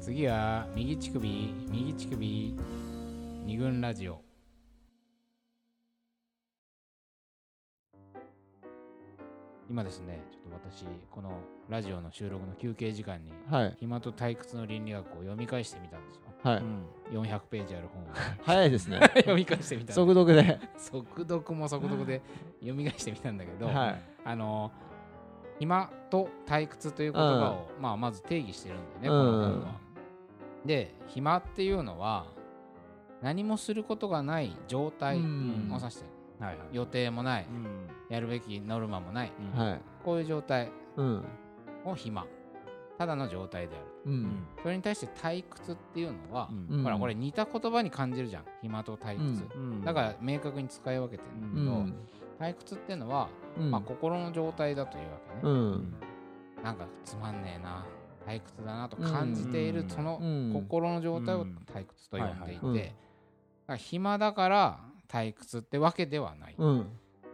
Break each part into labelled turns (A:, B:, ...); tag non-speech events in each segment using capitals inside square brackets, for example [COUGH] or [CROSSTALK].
A: 次は右乳首右乳首二軍ラジオ今ですねちょっと私このラジオの収録の休憩時間に
B: はい。
A: 暇と退屈の倫理学を読み返してみたんです
B: は
C: う
B: い。
C: ん
A: よ400ページある本を
B: 早いですね。
A: [LAUGHS] 読み返してみたんです
B: 速読で。
A: 速読も速読で読み返してみたんだけど、
B: はい。
A: あの暇と退屈という言葉を、まあ、まず定義してるんだよね、
B: う
A: こ
B: ん
A: の本は。で暇っていうのは何もすることがない状態を
B: うん
A: 指してる、
C: はいはい
A: 予定もない
C: うん
A: やるべきノルマもない
C: うん
B: はい。
A: こういう状態
B: うん。
A: を暇ただの状態である
B: う。
C: うんん
A: それに対して退屈っていうのは
C: う、
B: うんん
A: ほらこれ似た言葉に感じるじゃん暇と退屈、
C: うん
A: だから明確に使い分けてる
B: うん
A: だ
B: ん。
A: けど、退屈っていうのは、
B: うん
A: まあ、心の状態だというわけね、
B: うん。
A: なんかつまんねえな退屈だなと感じている
C: うん
A: その
B: うん
A: 心の状態を
C: うん
A: 退屈と呼んでいて、
B: はいはいうん
A: だから暇だから退屈ってわけではない、
B: うん。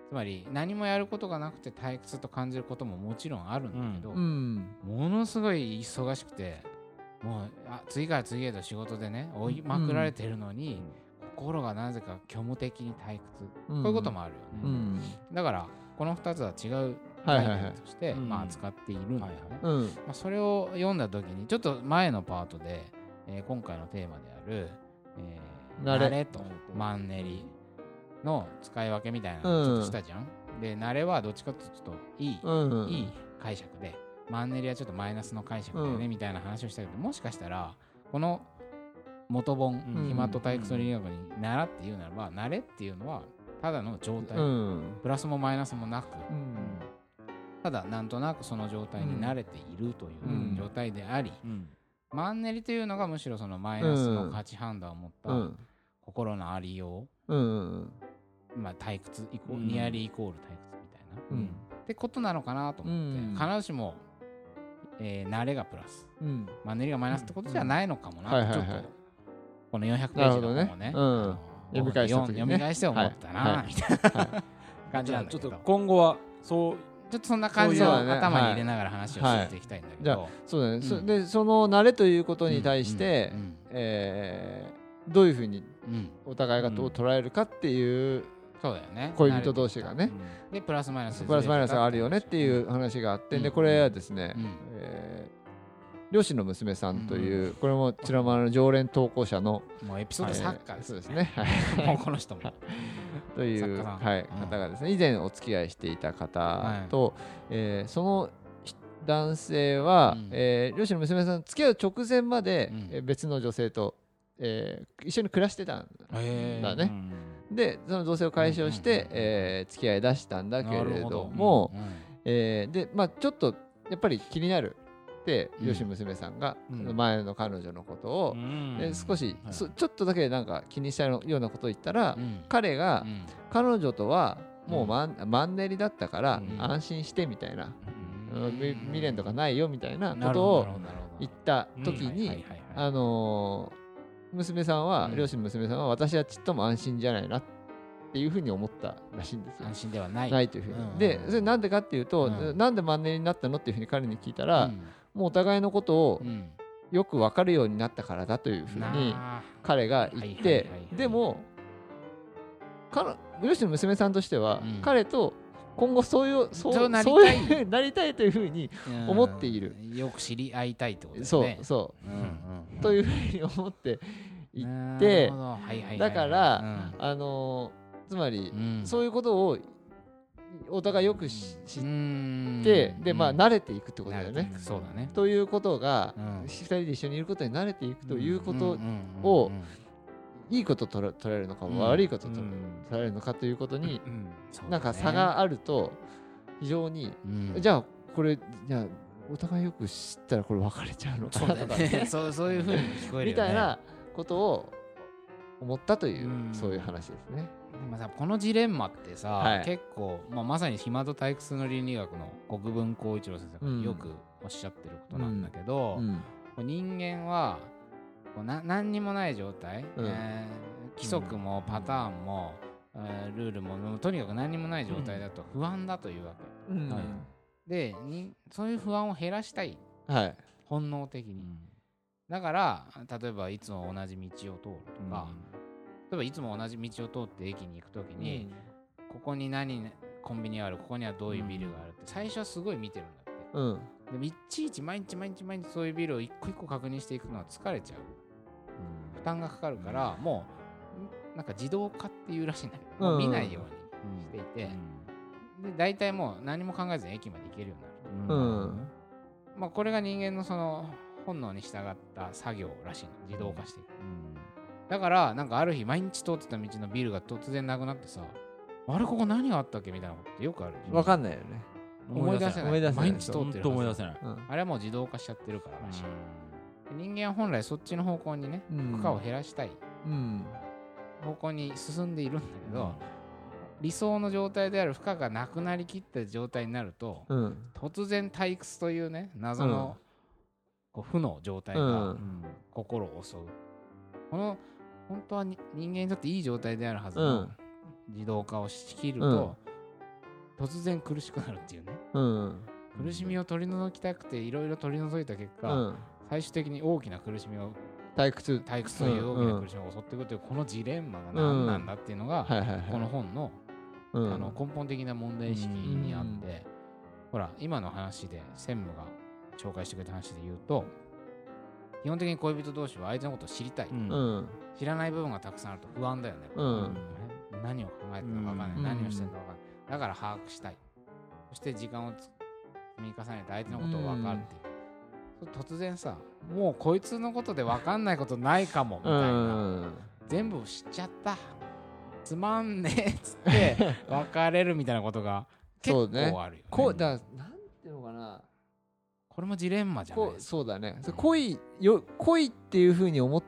A: つまり何もやることがなくて退屈と感じることももちろんあるんだけど、
B: うん。
A: ものすごい忙しくてもうあ次から次へと仕事でね追いまくられてるのに、心がなぜか虚無的に退屈、こういうこともあるよ
B: う
A: ね、
B: ん。
A: だからこの2つは違う
B: はい
A: 概
B: はいはい
A: 念として、
C: うん
A: まあ、扱っているんだよね、
B: うん。
A: まあ、それを読んだ時にちょっと前のパートで、えー今回のテーマである「えー
B: 慣れ
A: と「マンネリ」の使い分けみたいな
B: う
A: の
B: ん
A: ちょっとしたじゃん。で慣れはどっちかっていうとちょっといい、
B: うん。
A: いい解釈でマンネリはちょっとマイナスの解釈だよね、
B: うん
A: みたいな話をしたけどもしかしたらこの元本「
C: うん
A: 暇と退屈の理学」に「習って言うならば「慣れ」っていうのはただの状態、
B: うん。
A: プラスもマイナスもなく
B: うん。
A: ただなんとなくその状態に慣れているという
B: うん
A: 状態であり、
C: うん
A: マンネリというのがむしろそのマイナスの価値判断を持っ
B: う
A: た
B: ん。
A: 心のありよ
B: うん。
A: う、まあ、退屈イコール、
C: うん
A: ニアリーイコール退屈みたいな、
B: うん
A: ってことなのかなと思って、
B: うん
A: 必ずしも、えー慣れがプラス
B: うん。
A: マンネリがマイナスってことじゃないのかもな、
B: うん
A: とちょっ
B: はい
A: と、
B: はいはい
A: この400ページの本を
B: な
A: ね
B: るほどねうん
A: あの
B: 読み返した時にね
A: 読み返して思ったな、
B: はいはい
A: みたいな
B: は
A: 感じ
C: じ
A: な
C: ゃあ
A: んだ
C: ちょ
A: けど
C: っと
A: ちょ
C: 今後はそう
A: っとそんな感じ
B: そう
A: を
B: いうのはね
A: 頭に入れながら話をしていきたいんだけ
B: じゃあ
A: ど、
B: そうだね。そで、その慣れということに対して
A: う、ん
B: えーどういうふうに
A: うんうん
B: お互いがどう捉えるかっていう
A: そうだよね
B: 恋人同士がね。
A: でプラスマイナス
B: プラスマイナスがあるよねっていう話があって、でこれはですね、
A: うん
B: えー両親の娘さんという、これもちらまの常連投稿者の、
A: もうエピソードサッカー
B: え
A: で
B: ー
A: す
B: そうです
A: ね。[LAUGHS]
B: ね、はい、
A: もうこの人も。
B: という、
A: 作家さん
B: はい、
A: うん
B: 方がですね以前お付き合いしていた方と、えーそのひ男性は、
A: うん
B: えー両親の娘さん付き合う直前まで、
A: うん
B: えー別の女性と、えー一緒に暮らしてたん
A: へ
B: だ
A: ー
B: ねでその同棲を解消して、
A: うんうんうん
B: えー付き合い出したんだけ
A: な
B: れ
A: る
B: ど
A: ほ
B: も、
A: うん
B: えーでまあちょっとやっぱり気になるって、
A: うん
B: よし娘さんが、
C: うん
B: 前の彼女のことを、
C: ん
B: で少し、
C: はい
B: そちょっとだけなんか気にしたようなことを言ったら、
A: うん
B: 彼が、
A: うん
B: 彼女とはもう
A: うん
B: マン,、マンネリだったから、
A: うん
B: 安心してみたいな、
A: うん
B: うんみ未練とかないよみたいな
A: な
B: こ
A: る
B: と
A: ほど
B: を
A: なるほど
B: 言った時
A: うんはい
B: に
A: はいはいはい
B: あのー娘さんは、
A: うん
B: 両親の娘さんは私はちっとも安心じゃないなっていうふうに思ったらしいんですよ
A: 安。心ではない。
B: ないというふうに、
A: うん
B: でそれなんでかっていうと、
A: うん
B: なんでマンネリになったのっていうふうに彼に聞いた
A: う
B: ら、
A: ん
B: もうお互いのことを
A: うん
B: よく分かるようになったからだというふうに
A: なあ
B: 彼が言って、
A: はいはいはいはい
B: でも彼両親の娘さんとしては、
A: うん
B: 彼と今後そういうそう
A: そうなりたい
B: そう [LAUGHS] いうなりたいというふうに、
A: うん
B: 思っている
A: よく知り合いたいってことだよ
B: そ
A: ね
B: う。そ
A: うんうん
B: うというふうに思って言っ
A: なる
B: て
A: ほどはいはいはいはい
B: だから、あのーつまり、
A: うん
B: そういうことをお互いよくし知っ
A: うん
B: て、でまあ
A: うん
B: 慣れていくってことだよ
A: 慣れ
B: ね
A: てい。くそうだね。
B: ということが、
A: うん
B: 二人で一緒にいることに慣れていくということ、
A: うんうん
B: を
A: うんうん
B: いいこととら捉えるのか、
A: うん
B: 悪いこと
C: う
B: と
C: ん
B: 捉えるのかということに、
C: うん
A: そうだね
B: なんか差があると非常に、
A: うん
B: じゃあこれじゃあお互いよく知ったらこれ別れちゃうのか
A: そう
B: な
A: だ
B: とか、
A: ね [LAUGHS] そうそういうふうにも聞こえるよね
B: みたいなことを思ったという、
C: うん
B: そういう話ですね。
A: でもさこのジレンマってさ、
B: はい
A: 結構、まあ、まさに暇と退屈の倫理学の国分光一郎先生
B: うん
A: がよくおっしゃってることなんだけど、
B: うん
A: こう人間はこうな何にもない状態、
B: うん
A: えー規則もパターンも、えールールももうとにかく何にもない状態だと不安だというわけ
B: うん
C: はい
A: でにそういう不安を減らしたい
B: はい
A: 本能的に。だから例えばいつも同じ道を通るとか、例えばいつも同じ道を通って駅に行く時に、ここに何コンビニがあるここにはどういうビルがあるって最初はすごい見てるんだって。
B: うんうん
A: でもいちいち毎日毎日毎日そういうビルを一個一個確認していくのは疲れちゃう負担がかかるから、もうんなんか自動化っていうらしいんだけど、もう見ないようにしていて、で大体もう何も考えずに駅まで行けるようになると、
B: うん
A: まあ、これが人間のその本能に従った作業らしいの自動化していくだからなんかある日毎日通ってた道のビルが突然なくなってさあれここ何があったっけみたいなことってよくあるでしょ
B: 分かんないよね、
A: 思い出せない
B: 思い出せない
A: 毎日通って
C: 本
A: る
C: 当思い
A: は
C: 出
A: ず
C: せない。
B: うん
A: あれはもう自動化しちゃってるかららしい、人間は本来そっちの方向にね
B: うん
A: 負荷を減らしたい
B: うん
A: 方向に進んでいるんだけど、理想の状態である負荷がなくなりきった状態になると、
B: うん
A: 突然退屈というね謎のこう負の状態
B: う
A: が
B: ん
A: 心を襲う、この本当はに人間にとっていい状態であるはず
B: う
A: の
B: ん
A: 自動化をしきると、突然苦しくなるっていうね
B: うん
A: 苦しみを取り除きたくていろいろ取り除いた結
B: う
A: 果、
B: ん
A: 最終的に大きな苦しみを
B: 退屈
A: 退屈という大き
B: う
A: なん苦しみを襲ってくるというこのジレンマが何なんだっていうのが、
B: はいはいはい
A: この本の,、
B: うん
A: あの根本的な問題意識にあって、ほら今の話で専務が紹介してくれた話で言うと基本的に恋人同士は相手のことを知りたい、
C: うん
B: うん
A: 知らない部分がたくさんあると不安だよね、
B: うん
A: 何を考えてるのか分かんない、
B: うん
A: 何をしてるのか分かんないだから把握したいそして時間をつ積み重ねて相手のことを分かるっていう、突然さもうこいつのことで分かんないことないかもみたいな、
B: うん
A: 全部知っちゃったつまんねえっつって
B: [LAUGHS]
A: 別れるみたいなことが結
B: そう
A: 構
B: ね
A: あるよ、ね
B: こうだからなんていうのかな
A: これもジレンマじゃない
B: こ
A: で
B: う
A: すか、
B: そうだねそれ
A: うん
B: 恋よ恋っていうふうに思っ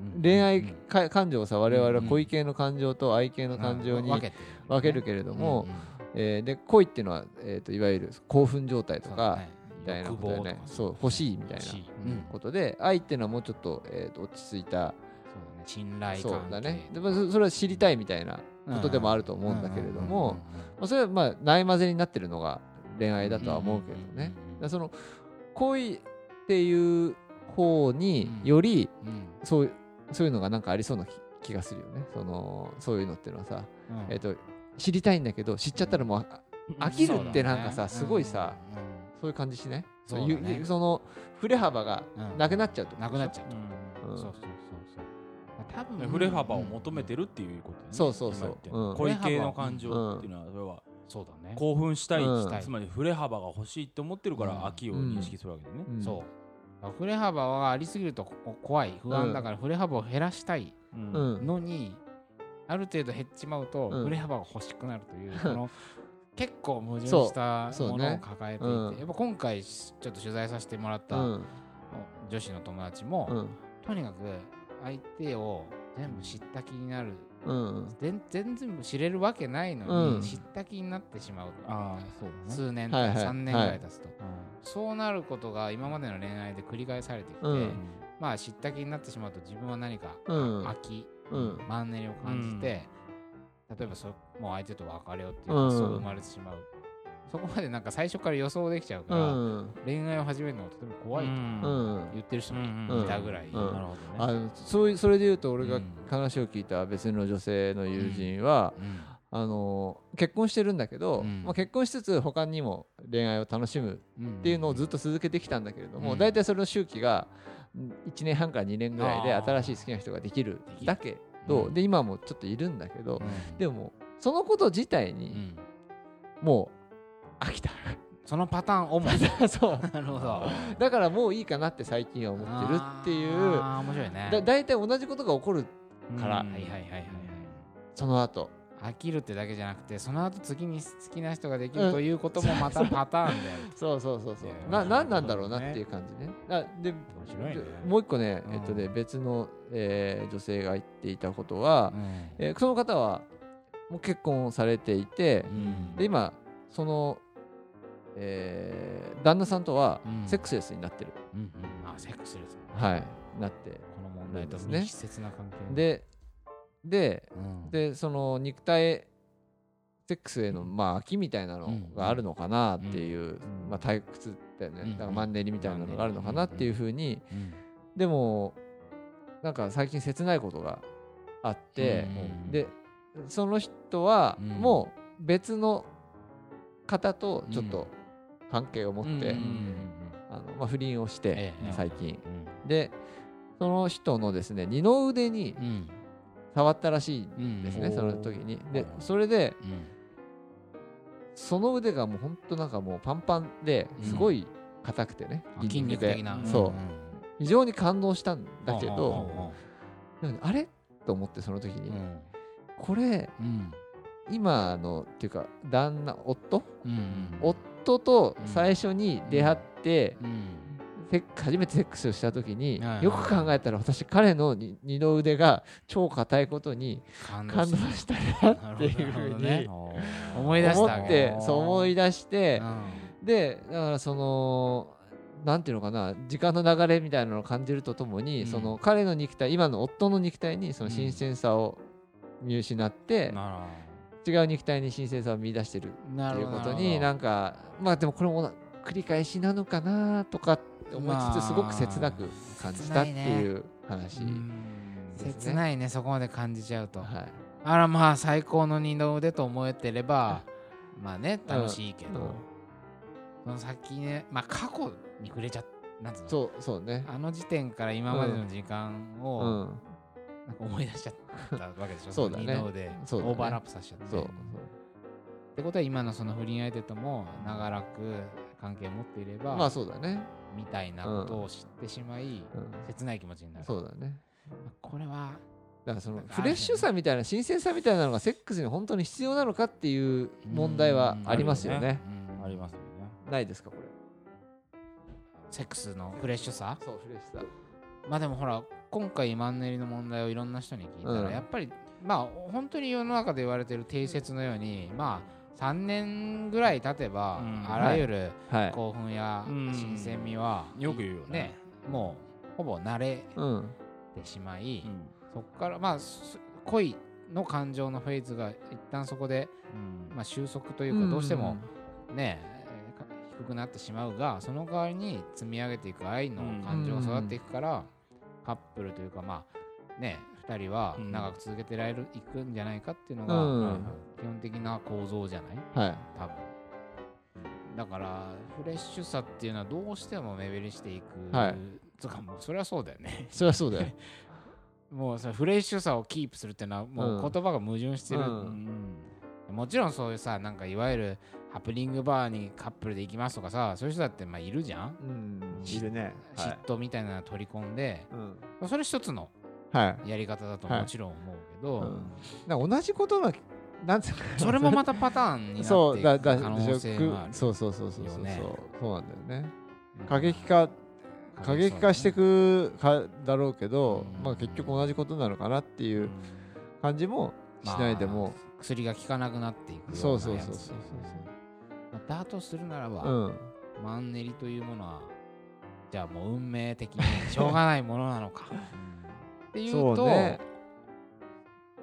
A: うん
B: 恋
A: う
B: 愛
A: ん
B: か感情をさ我々は
A: うん
B: 恋系の感情と愛系の感情に
A: 分けて
B: 分ける
A: け
B: けれども、えーで恋っていうのは、えー、といわゆる興奮状態とか、みたいなことだよねそう欲しいみたいな
A: うん、
B: ことで愛っていうのはもうちょっと,、えーと落ち着い
A: そ
B: た
A: うだね信頼
B: そう
A: 関係
B: だねで、まあ、そそれは知りたいみたいなことでもあると思うんだけれども、まあ、それはまあないまぜになってるのが恋愛だとは思うけどね、だからその恋っていう方により
A: うんうん
B: そうそういうのがなんかありそうな気気がするよねそのそういうのっていうのはさ、
A: うんうん
B: えー、と知りたいんだけど知っちゃったらもうあ飽きるってなんかさすごいさ、
A: うんうんうん
B: そういう感じしない
A: そうだね
B: ゆゆその振れ幅がなくなっちゃうってこと
A: なくなっちゃうと、
B: うん
A: そうそうそうそうまあ多分
C: 触れ幅を求めてるっていうことね。
B: そうそうそううん
C: 今言ってる恋系の感情っていうのは、それは
A: そうだね
C: 興奮したい、
B: うん
C: つまり触れ幅が欲しいって思ってるか
A: うん
C: ら秋を認識するわけだよね。
B: うん
A: そう。触れ幅はありすぎるとここ怖い不安だから触れ幅を減らしたい
C: うん
B: うん
A: のに、ある程度減っちまうと
B: うん
A: 触れ幅が欲しくなると
B: [LAUGHS]
A: いう、この結構矛盾した
B: そうそ
A: も
B: うね
A: のを抱えていて、
B: うん
A: やっぱ今回しちょっと取材させてもらっ
B: う
A: た
B: ん
A: 女子の友達も、
B: うん
A: とにかく相手を全部知った気になる、
B: うん
A: 全全然知れるわけないのに、
B: うん
A: 知った気になってしまう、
C: ああ、そうだね。
A: 数年と
B: はい
A: か
B: はい
A: 3年ぐらい経つと、そうなることが今までの恋愛で繰り返されてきて、
B: うん
A: まあ知った気になってしまうと自分は何か
B: うん
A: 飽き、
B: うん
A: マンネリを感じて、例えばそもう相手と別れようっていう発想が生まれてしまう、そこまでなんか最初から予想できちゃうか
B: う
A: ら、
B: ん
A: 恋愛を始めるのがとても怖いと
C: うん
B: うん
A: 言ってる人も
C: う
A: い
C: ん
A: たぐらい、
B: う
C: なんるほど
B: あ
C: ね。
B: のそういうそれで言うと俺
A: う
B: が
A: ん
B: 話を聞いた別の女性の友人は、あの結婚してるんだけど、
A: うん
B: まあ、結婚しつつ他にも恋愛を楽しむっていうのをずっ
A: と
B: と続けてきたんだけれども、
A: うん
B: 大体それの周期が1年半から2年ぐらいで
C: あー
B: 新しい好きな人ができる
A: できる
B: だけど、
A: うん
B: で今もちょっといるんだけど、で
A: も、
B: もそのこと自体
A: う
B: に
A: ん
B: もう飽きた、
A: そのパターンをも
B: [LAUGHS] そう
A: なるほど
B: だからもういいかなって最近は思ってるっていう
A: あー面白いね
B: だ大体同じことが起こるから
A: うんはいはいはいはいはい
B: その後
A: 飽きるってだけじゃなくてその後次に好きな人ができるということもまたパターンである
B: そうそうそうそう
A: いやな
B: な
A: るほどね
B: 何なんだろうなっていう感じねあで
A: 面白いね
B: もう一個ね、
A: うん
B: えっとね別の、えー女性が言っていたことは
A: う、ん
B: えーその方はもう結婚されていて、
A: うん
B: で今その、えー旦那さんとは
A: うん
B: セックスレスになってる、
A: うんうんあセックスレス
B: はいなって
A: この問題と
B: そうですね
A: 密接な関係
B: でで
A: うん
B: でその肉体セックスへのまあ飽きみたいなのがあるのかなっていう、
A: うん
B: まあ、退屈だよね、
A: うん
B: だからマンネリみたいなのがあるのかなっていうふうに
A: うん
B: でもなんか最近切ないことがあって、
A: うん
B: でその人は
C: うん
B: もう別の方とちょっと関係を持って、
C: うん
B: あのまあ、不倫をして
A: ええ
B: 最近、でその人のですね二の腕に
A: うん
B: 触ったらしい
A: うんん
B: ですね、
C: うん
B: その時に
C: はい
B: で
C: はい
B: それで
A: うん
B: その腕がもうほんとなんかもうパンパンですごい硬くてね、
A: あ筋肉
B: で
A: 的な
B: そう
A: ん
B: ん非常に感動したんだけ
A: うん
B: どなんかあれと思ってその時に、
A: うん
B: これ
A: うん
B: 今あのっていうか旦那夫
A: うん
B: 夫と最初に出会って、
A: うん
B: セック初めてセックスをした時に、
A: はいはい
B: よく考えたら私彼のに二の腕が超硬いことに
A: 感
B: 感
A: 動
B: 動
A: し
B: した
A: た
B: なっていうふうに、
A: なるほどね思い出し
B: 思
A: たわ
B: っ
A: け
B: てそう思い出して
A: う、ん
B: でだからそのなんていうのかな時間の流れみたいなのを感じるととも
A: う
B: に、
A: ん
B: その彼の肉体今の夫の肉体にその新鮮さを見失って、
C: な
B: 違う肉体に新鮮さを見出してる
A: な
B: ってい
A: る
B: う
A: ほど
B: ことになんかまあでもこれも繰り返しなのかなとかって思いつつすごく切なく感じたっていう話、
C: うん
B: ですね
A: 切ないねそこまで感じちゃうと
B: はい、
A: あらまあ最高の二の腕と思えてればまあね楽しいけ
B: うん
A: どその先ねまあ過去に触れちゃっなんつうの
B: そうそうね
A: あの時点から今までの時間
B: う
A: を
B: ん
A: なんか思い出しちゃったわけでしょ
B: そうだね
A: の二の腕
B: そうだね
A: オーバーラップさせちゃって
B: そうそう
A: ってことは今のその不倫相手とも長らく関係を持っていれば、
B: まあそうだね、
A: みたいなことを知ってしまい、
B: うん、
A: 切ない気持ちになる
B: そうだね
A: これは
B: だからその
A: なんかあ
B: フ
A: る
B: レッシュさみたいな新鮮さみたいなのがセックスに本当に必要なのかっていう問題はありますよね
C: ありますよね
B: ないですかこれ
A: セックスのフレッシュさ
B: そうフレッシュさ
A: まあでもほら今回マンネリの問題をいろんな人に聞いたら、
B: うん
A: やっぱりまあ本当に世の中で言われてる定説のようにまあ3年ぐらい経てば、
C: うん
A: あらゆる
B: はい
A: 興奮や
C: うん
A: 新鮮味は、
C: よく言うよね
A: もうほぼ慣れ
B: うん
A: てしまい、
C: うん
A: そこからまあす恋の感情のフェーズが一旦そこで、まあ、収束というかどうしてもねえーか低くなってしまうがその代わりに積み上げていく愛の感情が育っていくから、カップルというかまあね2人は
C: うん
A: 長く続けてられるいくんじゃないかっていうの
B: う
A: が、
B: ん、うん
A: 基本的な構造じゃない
B: はい
A: 多分だからフレッシュさっていうのはどうしても目減りしていく、
B: はい
A: つうかもうそれはそうだよね
B: そりゃそうだよ
A: [LAUGHS] もうそのフレッシュさをキープするっていうのはも
B: う
A: うん言葉が矛盾してる、
B: うん
A: もちろんそういうさなんかいわゆるハプニングバーにカップルで行きますとかさそういう人だってまあいるじゃん、
B: うんいるねはい
A: 嫉妬みたいなの取り込んで
B: うん
A: まあそれ一つの
B: はい
A: やり方だと
B: はい
A: もちろん思うけど、
B: なんか同じことのなんつうのかな
A: それもまたパターンに
B: [LAUGHS] そう
A: な
B: だ
A: ってい
B: だ
A: く可能性がある
B: そうそうそうそうそうそ
A: よ
B: う、
A: ね
B: そうなんだよね
A: うん
B: 過激化過激化してい
A: そう
B: くかだろうけど、
A: うん
B: まあ結局同じことなのかなっていう感じもしないでも、
A: だね薬が効かなくなっていくようなやつ
B: そうそうそうそうそう
A: まあだとするならば、
B: そううん
A: マンネリというものはじゃあもう運命的にしょうがないものなの
B: [LAUGHS]
A: かっていうと
B: そうね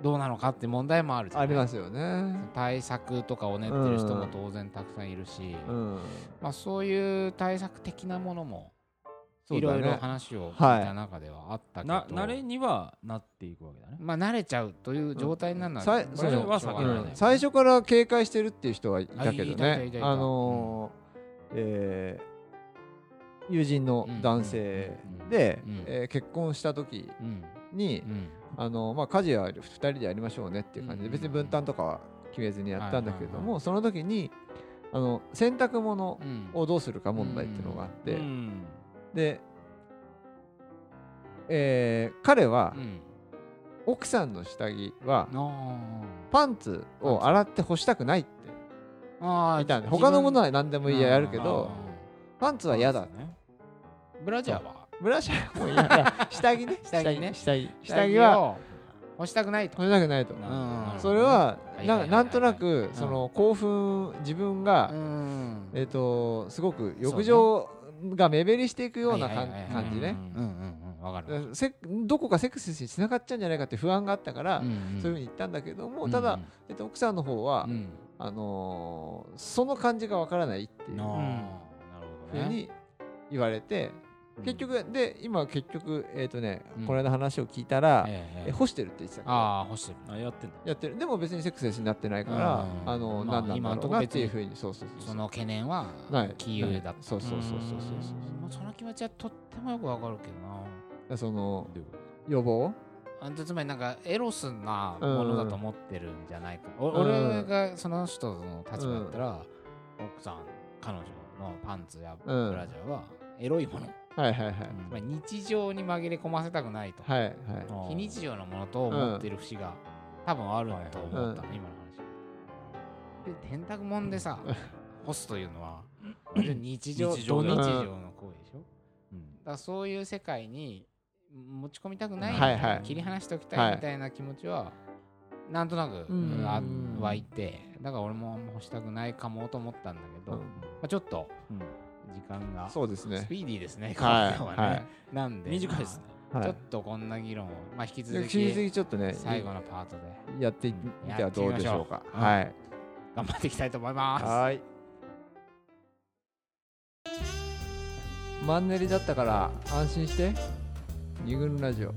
A: どうなのかって問題もあるじゃな
B: あ
A: い
B: りますよね
A: 対策とかを練ってる人も当然たくさんいるし、
B: うん
A: まあ、そういう対策的なものも
B: そう
A: い
B: だ
A: ろ
B: ね
A: いろ話を聞い
B: はい
A: た中ではあったけど、
C: な慣れにはなっていくわけだね
A: まあ、慣れちゃうという状態になるの
B: さい
A: これはしょうがな
B: う
A: い
B: ん
A: ね
B: 最初から警戒してるっていう人はい
A: あ
B: たけど
A: いたいたい
B: ね
A: たいた
B: あのーえー友人の男性で
A: うんうんうん
B: えー結婚した時
A: うん
B: に
A: うん
B: あのまあ、家事は2人でやりましょうねっていう感じで
A: うん
B: 別に分担とかは決めずにやったんだけど
A: はいはい
B: もその時にあの洗濯物
A: うん
B: をどうするか問題っていうのがあって
C: うん
B: で、えー彼は
A: うん
B: 奥さんの下着は
A: あ
B: パンツを洗って干したくないって
A: ーあー
B: みたいな他のもの
A: は
B: は何でもいいややるけどパンツは嫌だ
A: ブラジャーは
B: ブラシャーも嫌 [LAUGHS] だ下着ね
A: 下着ね
B: 下着下着は
A: を干したくないと
B: 干したくないと
C: な
A: うん
B: それは
A: はいはいはい
B: な
A: はい
B: なんとなくその興奮自分が
A: うん
B: えっとすごく浴場が目減りしていくような
A: はいは
B: か
A: い
B: ん
A: はいはい
B: 感じね
A: うんうんうんわかる
B: せどこかセックスにつながっちゃうんじゃないかって不安があったから、
A: ん
B: そういうふうに言ったんだけども、ただ、えっと、奥さんの方は、
A: うんうん
B: あのーその感じがわからないっていう
C: なあ
B: ふう
C: なるほど
B: に
C: ね
B: 言われて、結局で今結局えっ、とね、
A: うん
B: この間話を聞いたら、
A: え
B: え
A: え
B: 干してるって言ってたから
A: ああ干してる
C: あやってんだ
B: やってるでも別にセックスレスになってないから、
A: うん
B: あの、
A: まあ
B: 何なんだろうなっていうふうにそうそうそう
A: その懸念は
B: ない
A: 杞憂だった
B: そうそうそうそうそうそう
A: まあその気持ちはとってもよくわかるけど
B: だからその
C: どういうこと
B: 予防
A: なあんたつまりなんかエロスなものだと思ってるんじゃないか、お
B: うん
A: 俺がその人の立場だったら、奥さん彼女のパンツやブ
B: うん
A: ラジャーはエロいもの、
B: はいはいはい、
A: つまり日常に紛れ込ませたくないと、
B: はいはい
C: あー
A: 非日常のものと思ってる節が多分あると思ったの、
B: はいはい
A: 今の話で天卓もんでさ干すというの
B: [CLEARS THROAT]
A: は割と日常
C: 日常だ
A: 土
C: よ
A: 日常の行為でしょ、
C: うん
A: だからそういう世界に持ち込みたくない、
B: はいはい
A: 切り離しておき
B: は
A: た
B: い
A: いみたいな気持ちは、なんとなく
B: うん
A: あ湧いてだから俺もあんま干したくないかもと思ったんだけど、
B: うん
A: まあ、ちょっと
C: うん
A: 時間が
B: そうですね
A: スピーディーですね
B: は
A: 今
B: い
A: 日はね、
B: は
A: なんで
C: 短いですね
B: い
A: まあち
B: は
A: ょっとこんな議論を、まあ、引き
B: いで
A: 続
B: 引き続
A: き
B: きちょっとね
A: 最後のパートで
B: やってみてはどうでしょう
A: やっ
B: か
A: てみましょう
B: はい
A: 頑張っていきたいと思います。
B: はいマンネリだったから安心して二軍ラジオ